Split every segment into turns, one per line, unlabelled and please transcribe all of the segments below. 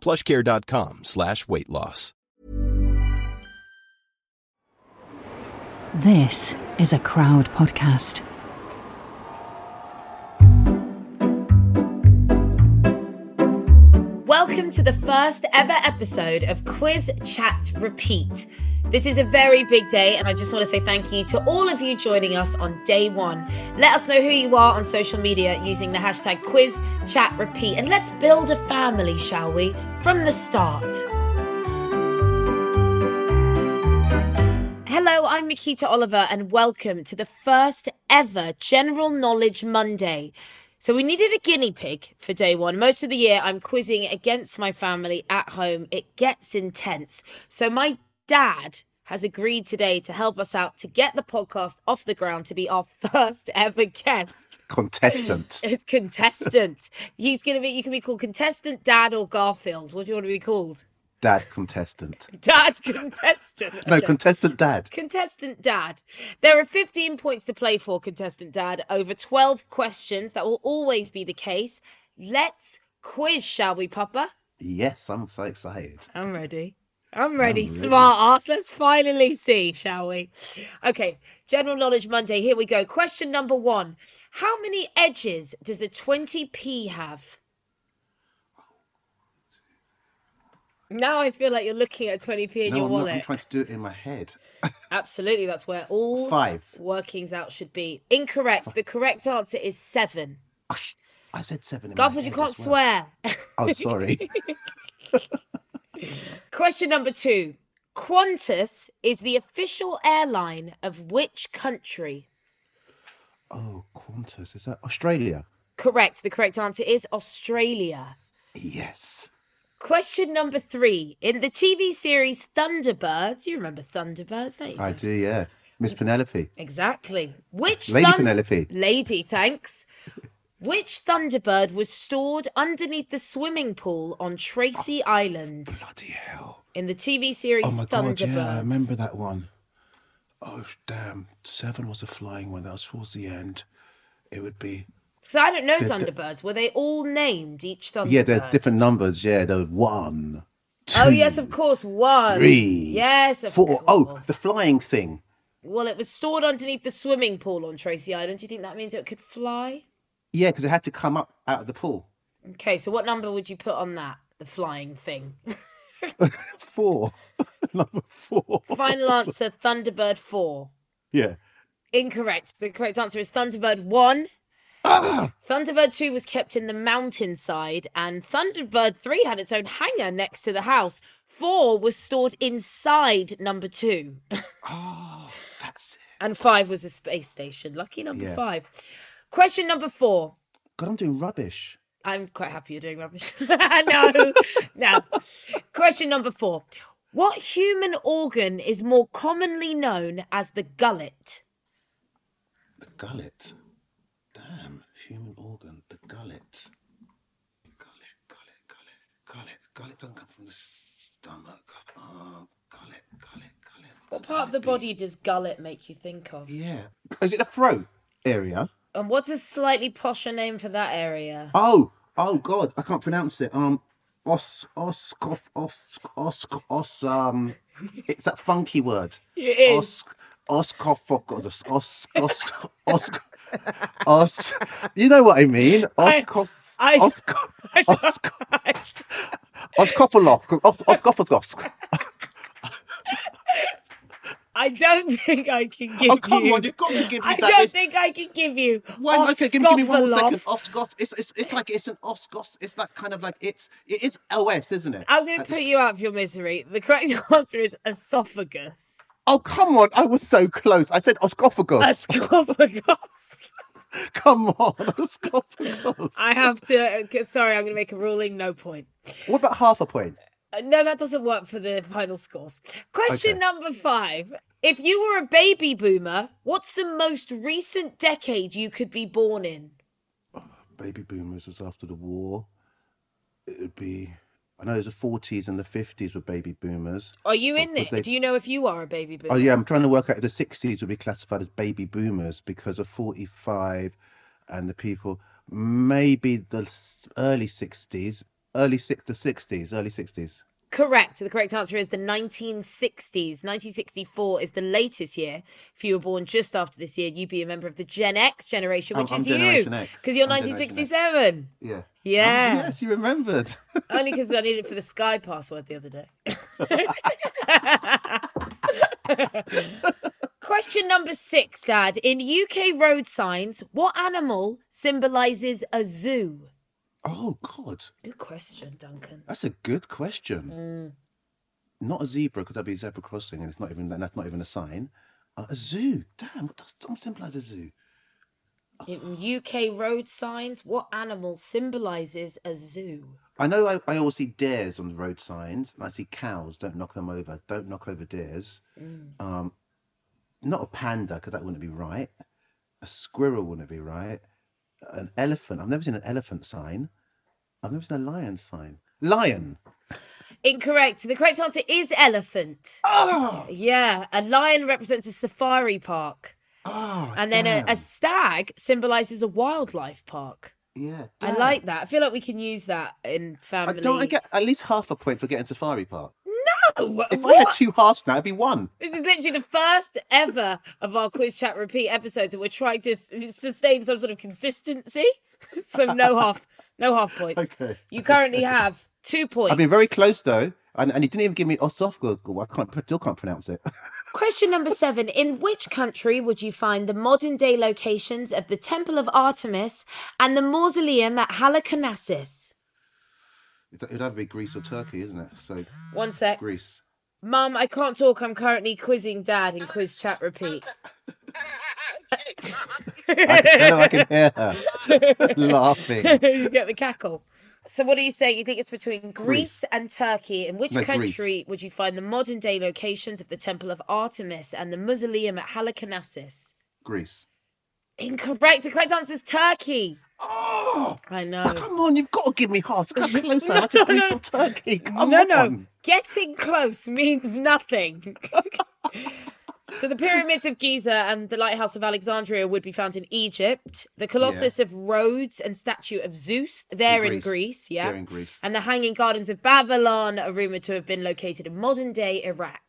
Plushcare.com slash weight loss.
This is a crowd podcast.
Welcome to the first ever episode of Quiz Chat Repeat. This is a very big day, and I just want to say thank you to all of you joining us on day one. Let us know who you are on social media using the hashtag Quiz Chat Repeat, and let's build a family, shall we, from the start. Hello, I'm Nikita Oliver, and welcome to the first ever General Knowledge Monday. So we needed a guinea pig for day one. Most of the year, I'm quizzing against my family at home. It gets intense. So my dad has agreed today to help us out to get the podcast off the ground to be our first ever guest uh,
contestant.
contestant. He's gonna be. You can be called contestant dad or Garfield. What do you want to be called?
Dad contestant.
Dad contestant.
No,
Okay.
contestant dad.
Contestant Dad. There are 15 points to play for, Contestant Dad, over 12 questions. That will always be the case. Let's quiz, shall we, Papa?
Yes, I'm so excited.
I'm ready. I'm ready, smart ass. Let's finally see, shall we? Okay, General Knowledge Monday. Here we go. Question number one How many edges does a 20p have? Now I feel like you're looking at 20p in
no,
your
I'm,
wallet.
not, I'm trying to do it in my head.
Absolutely, that's where all
Five.
workings out should be. Incorrect. The correct answer is seven.
I said seven. In Oh my
Garfield, you
head
can't
as well.
swear.
Oh, sorry.
Question number two. Qantas is the official airline of which country?
oh, Qantas. Is that Australia?
Correct. The correct answer is Australia.
Yes.
Question number three. In the TV series Thunderbirds, you remember Thunderbirds, don't you?
I do, yeah. Miss Penelope.
Exactly. Which
Lady Penelope.
Lady, thanks. Which Thunderbird was stored underneath the swimming pool on Tracy
Ah.
Island
Bloody hell.
in the TV series
Oh, my
Thunderbirds?
God. Yeah, I remember that one. Oh, damn. Seven was a flying one. That was towards the end. It would be.
So I don't know
The- the-
Thunderbirds. Were they all named each Thunderbird?
Yeah, they're different numbers. Yeah, the one.
Oh
two,
yes, of course. One.
Three.
Yes. Of
Four. Oh,
course.
the flying thing.
well, it was stored underneath the swimming pool on Tracy Island. Do you think that means it could fly?
Yeah, because it had to come up out of the pool.
Okay. So what number would you put on that? The flying thing.
Four. Number four.
Final answer: Thunderbird four.
Yeah.
Incorrect. The correct answer is Thunderbird 1. Thunderbird 2 was kept in the mountainside, and Thunderbird 3 had its own hangar next to the house. 4 was stored inside number 2,
Oh, that's it.
and 5 was a space station. Lucky number
Yeah.
5. Question number 4.
God, I'm doing rubbish.
I'm quite happy you're doing rubbish. no, no. Question number 4. What human organ is more commonly known as the gullet?
The gullet. Damn. Human organ. The gullet. Gullet, gullet, gullet, gullet. Gullet doesn't come from the stomach. Oh, gullet, gullet, gullet.
What part of the body does gullet make you think of?
Yeah. Is it the throat area?
And what's a slightly posher name for that area?
Oh, oh, God. I can't pronounce it. Um, os, os, os, os, os, os, um, it's that funky word.
It
Osc, Oscar Focodos. Osc, Osc, Osc, Os. You know what I mean? Oscos.
I-
Oscar. Oscophalos. Oscophalos.
I don't think I can give
Oh, come
you.
on. You've got to give me
I
that.
don't
It's-
think I can give you.
Why, okay, give, me- give me one more
Oscophalov.
second. Oh, Oscos. It's, it's, it's like it's an Oscos. It's that kind of like it's it is OS, isn't it?
I'm going to
At
put
the-
you out of your misery. The correct answer is esophagus.
Oh come on! I was so close. I said Oscophagus.
Esophagus.
come on, Oscophagus.
uh, I have to. Sorry, I'm going to make a ruling. No point.
What about half a point?
Uh, No, that doesn't work for the final scores. Question number five. If you were a baby boomer, what's the most recent decade you could be born in?
baby boomers was after the war. It would be, I know it was the 40s and the 50s were baby boomers.
Are you in
But
it?
they-
Do you know if you are a baby boomer?
Oh, yeah, I'm trying to work out if the 60s would be classified as baby boomers because of 45 and the people, maybe the s- early 60s, early six to 60s, early 60s.
Correct. The correct answer is the 1960s. 1964 is the latest year. If you were born just after this year, you'd be a member of the Gen X generation,
I'm-
which
Oh, I'm
is
Generation
you,
X.
because you're
I'm Generation X.
1967.
Yeah. Um,
Yeah.
yes, you remembered.
Only because I needed it for the Sky password the other day. Question number six, Dad. In UK road signs, what animal symbolises a zoo?
oh, God.
Good question, Duncan.
That's a good question. Not a zebra, could that be zebra crossing? And it's not even that's not even a sign. Uh, a zoo. Damn, what does Tom symbolise a zoo?
In UK road signs, what animal symbolises a zoo?
I know I, I always see dares on the road signs, and I see cows. Don't knock them over. Don't knock over dares. Um, not a panda, because that wouldn't be right. A squirrel wouldn't be right. An elephant. I've never seen an elephant sign. I've never seen a lion sign. Lion.
Incorrect. The correct answer is elephant.
Oh,
Yeah, a lion represents a safari park,
oh
and then a, a
damn.
stag symbolises a wildlife park.
yeah.
I
damn.
like that. I feel like we can use that in
I
family.
don't I get at least half a point for getting Safari Park.
Oh, wha-
If I
what?
had two halves now, it'd be one.
This is literally the first ever of our quiz chat repeat episodes, and we're trying to s- sustain some sort of consistency. so no half, no half points.
Okay.
You currently have two points.
I've been very close though, and, and you didn't even give me Osofgorgor. I can't still can't pronounce it.
Question number seven: In which country would you find the modern-day locations of the Temple of Artemis and the mausoleum at Halicarnassus?
It'd have to be Greece or Turkey, isn't it? So
One sec.
Greece.
Mum, I can't talk. I'm currently quizzing Dad in quiz chat repeat.
I can tell her I can hear her laughing.
you get the cackle. So what are you saying? You think it's between Greece and Turkey? In which
No, Greece.
country would you find the modern day locations of the Temple of Artemis and the mausoleum at Halicarnassus?
Greece.
Incorrect. The correct answer is Turkey.
Oh,
I know.
come on! You've got to give me halves. Come closer. I said Greece or Turkey. Come
no,
on.
no. Getting close means nothing. so the pyramids of Giza and the lighthouse of Alexandria would be found in Egypt. The Colossus of Rhodes and statue of Zeus, they're in Greece.
Greece.
yeah.
They're in Greece.
And the Hanging Gardens of Babylon are rumored to have been located in modern day Iraq.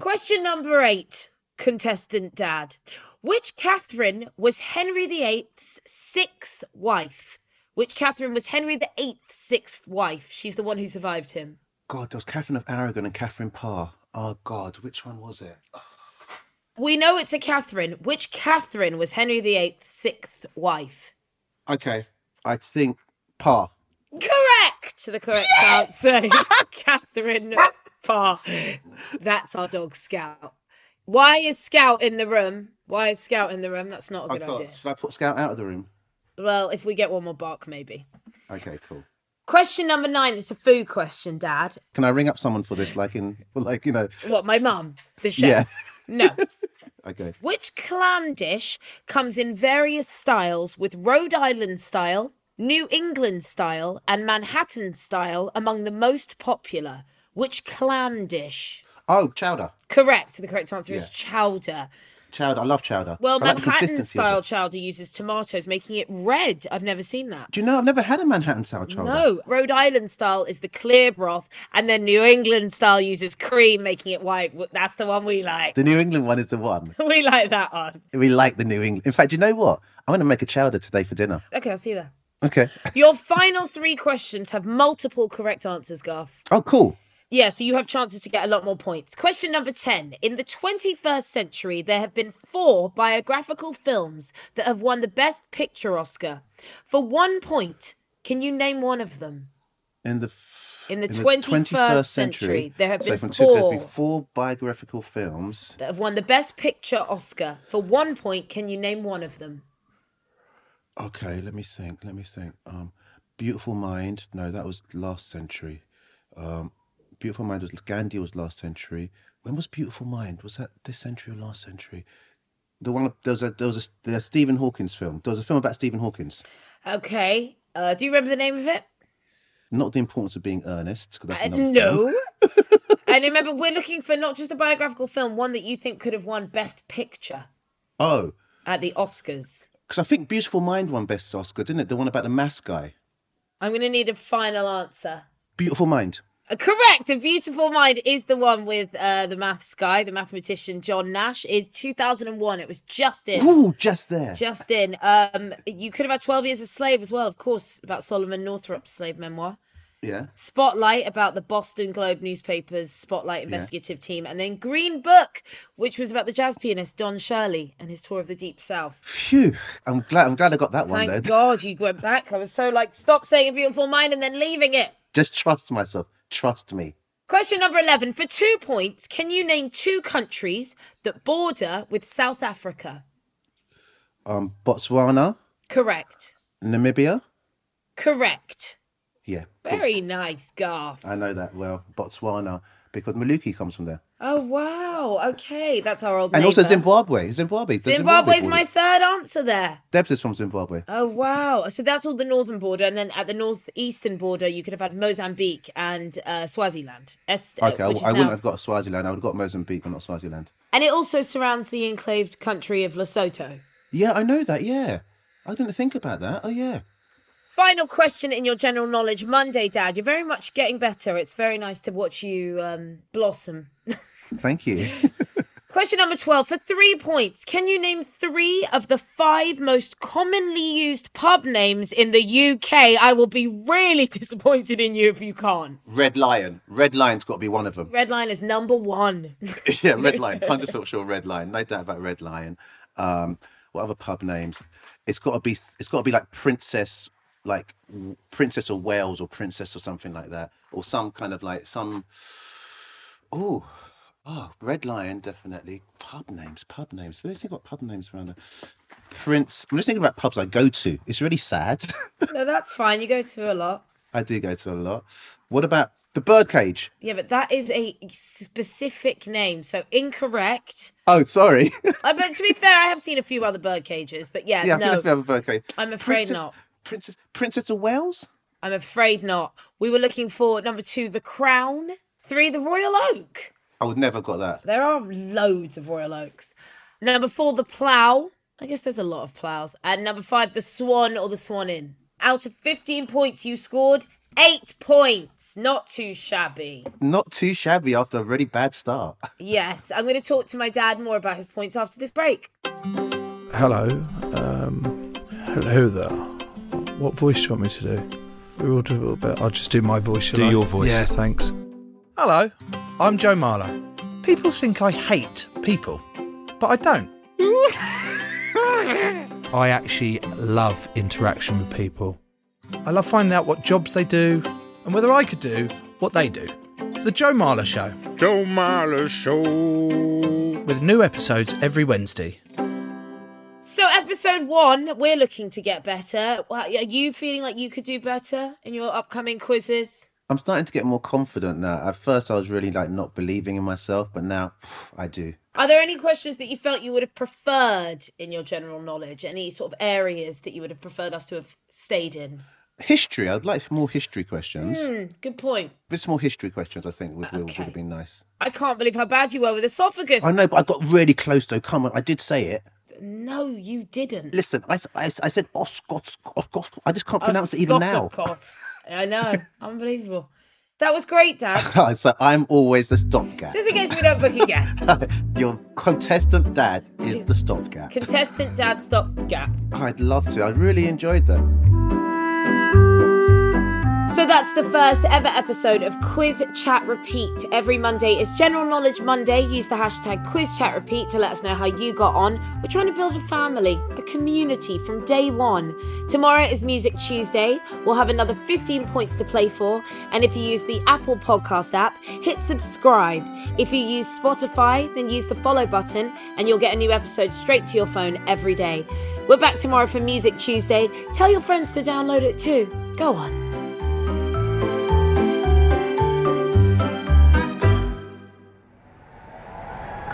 Question number eight, contestant dad. Which Catherine was Henry VIII's sixth wife? Which Catherine was Henry VIII's sixth wife? She's the one who survived him.
God, there was Catherine of Aragon and Catherine Parr. Oh God, which one was it?
We know it's a Catherine. Which Catherine was Henry VIII's sixth wife?
Okay, I think Parr.
Correct! The correct answer is Catherine Parr. That's our dog Scout. Why is Scout in the room? Why is Scout in the room? That's not a
I
good idea.
thought, should I put Scout out of the room?
Well, if we get one more bark, maybe.
Okay, cool.
Question number nine. It's a food question, Dad.
Can I ring up someone for this? Like in, like you know,
What, my mum? The
yeah.
chef? No.
Okay.
Which clam dish comes in various styles with Rhode Island style, New England style, and Manhattan style among the most popular? Which clam dish?
Oh, chowder.
Correct. The correct answer is
Yeah.
chowder.
Chowder. I love chowder.
Well,
I like the
Manhattan
consistency of
style
it.
chowder uses tomatoes, making it red. I've never seen that.
Do you know I've never had a Manhattan style chowder?
No, Rhode Island style is the clear broth, and then New England style uses cream, making it white. W- That's the one we like.
The New England one is the one.
We like that one.
We like the New England. In fact, you know what? I'm going to make a chowder today for dinner.
Okay, I'll see you there.
Okay.
Your final three questions have multiple correct answers, Garth.
Oh, cool.
Yeah, so you have chances to get a lot more points. Question number 10. In the 21st century, there have been four biographical films that have won the Best Picture Oscar. For one point, can you name one of them?
In the f-
In the 21st century, there have
so
been
from two- there's
four.
been four biographical films.
That have won the Best Picture Oscar. For one point, can you name one of them?
Okay, let me think. Let me think. Um, Beautiful Mind. No, that was last century. Um, Beautiful Mind was Gandhi was last century. When was Beautiful Mind? Was that this century or last century? The one there was a there was a, the Stephen Hawkins film. There was a film about Stephen Hawkins.
Okay. Uh, do you remember the name of it?
Not the importance of being earnest because that's
Uh,
another film.
no. and remember, we're looking for not just a biographical film, one that you think could have won Best Picture
Oh,
at the Oscars.
because I think Beautiful Mind won Best Oscar, didn't it? The one about the mass guy.
I'm going to need a final answer.
Beautiful Mind.
Uh, Correct. A Beautiful Mind is the one with uh, the maths guy, the mathematician John Nash. Is 2001. It was Justin.
Ooh, just there.
Justin, um, you could have had 12 Years a Slave as well, of course, about Solomon Northrop's slave memoir.
yeah.
Spotlight about the Boston Globe newspaper's Spotlight investigative team, and then Green Book, which was about the jazz pianist Don Shirley and his tour of the Deep South.
Phew. I'm glad. I'm glad I got that one
Thank
then.
God you went back. I was so like, stop saying a beautiful mind and then leaving it.
Just trust myself. Trust me.
Question number 11. For two points, can you name two countries that border with South Africa?
Um, Botswana,
Correct.
Namibia.
Correct.
Yeah. cool.
Very nice, Garth.
I know that well. Botswana, because Maluki comes from there,
Oh, wow. Okay. That's our old
and also
neighbour.
Zimbabwe. Zimbabwe. the
Zimbabwe's my
border.
third answer there.
Debs is from Zimbabwe.
Oh wow! So that's all the northern border, and then at the northeastern border, you could have had Mozambique and uh, Swaziland. Es- uh,
Okay, I,
which is
I wouldn't
now-
have got Swaziland. I would have got Mozambique, but not Swaziland.
And it also surrounds the enclaved country of Lesotho.
Yeah, I know that. Yeah, I didn't think about that. Oh yeah.
Final question in your general knowledge Monday, Dad. You're very much getting better. It's very nice to watch you um, blossom.
Thank you.
Question number 12 for three points. Can you name three of the five most commonly used pub names in the UK? I will be really disappointed in you if you can't.
Red Lion. Red Lion's got to be one of them.
Red Line is number one.
yeah, Red Lion. Hundred percent sure. Red Lion. No doubt about Red Lion. Um, what other pub names? It's got to be. It's got to be like Princess, like w- Princess of Wales or Princess or something like that, or some kind of like some. Oh, oh, Red Lion definitely. Pub names. Pub names. Let's think about pub names around there. Prince. I'm just thinking about pubs I go to. It's really sad.
no, that's fine. You go to a lot.
I do go to a lot. What about the Birdcage?
Yeah, but that is a specific name, so incorrect.
Oh, sorry.
Uh, but to be fair, I have seen a few other bird cages, but yeah,
yeah, I
no.
feel like we have a Birdcage.
I'm afraid
Princess-
not.
Princess, Princess of Wales.
I'm afraid not. We were looking for number two, The Crown. Three, The Royal Oak.
I would never got that.
There are loads of Royal Oaks. Number four, The Plough. I guess there's a lot of ploughs. And number five, The Swan or The Swan Inn. Out of 15 points you scored, eight points. Not too shabby.
Not too shabby after a really bad start.
Yes, I'm going to talk to my dad more about his points after this break.
Hello. Um, hello there. What voice do you want me to do? We will do a little bit. I'll just do my voice. shall
Do
I?
your voice.
Yeah, thanks. Hello. I'm Joe Marler. People think I hate people, but I don't. I actually love interaction with people. I love finding out what jobs they do and whether I could do what they do. The Joe Marler Show,
Joe Marler Show.
with new episodes every Wednesday.
So, episode one, we're looking to get better. Well, Are you feeling like you could do better in your upcoming quizzes?
I'm starting to get more confident now. At first, I was really like not believing in myself, but now phew, I do.
Are there any questions that you felt you would have preferred in your general knowledge? Any sort of areas that you would have preferred us to have stayed in?
History. I'd like more history questions.
Hmm, good point.
Bit more history questions. I think would, would, would
Okay.
have been nice.
I can't believe how bad you were with esophagus.
I know, but I got really close though. Come on, I did say it.
No, you didn't.
Listen, I, s- I, s- I said Oscot. Oscot. I just can't pronounce it even now.
Esophagus. I know. Unbelievable. That was great, Dad.
so I'm always the stopgap.
Just in case we don't book a guest.
Your contestant dad is the stopgap.
Contestant Dad Stop Gap.
I'd love to. I really enjoyed that.
So that's the first ever episode of Quiz Chat Repeat. Every Monday is General Knowledge Monday. Use the hashtag Quiz Chat Repeat to let us know how you got on. We're trying to build a family, a community from day one. Tomorrow is Music Tuesday. We'll have another 15 points to play for. And if you use the Apple Podcast app, hit subscribe. If you use Spotify, then use the follow button and you'll get a new episode straight to your phone every day. We're back tomorrow for Music Tuesday. Tell your friends to download it too. Go on.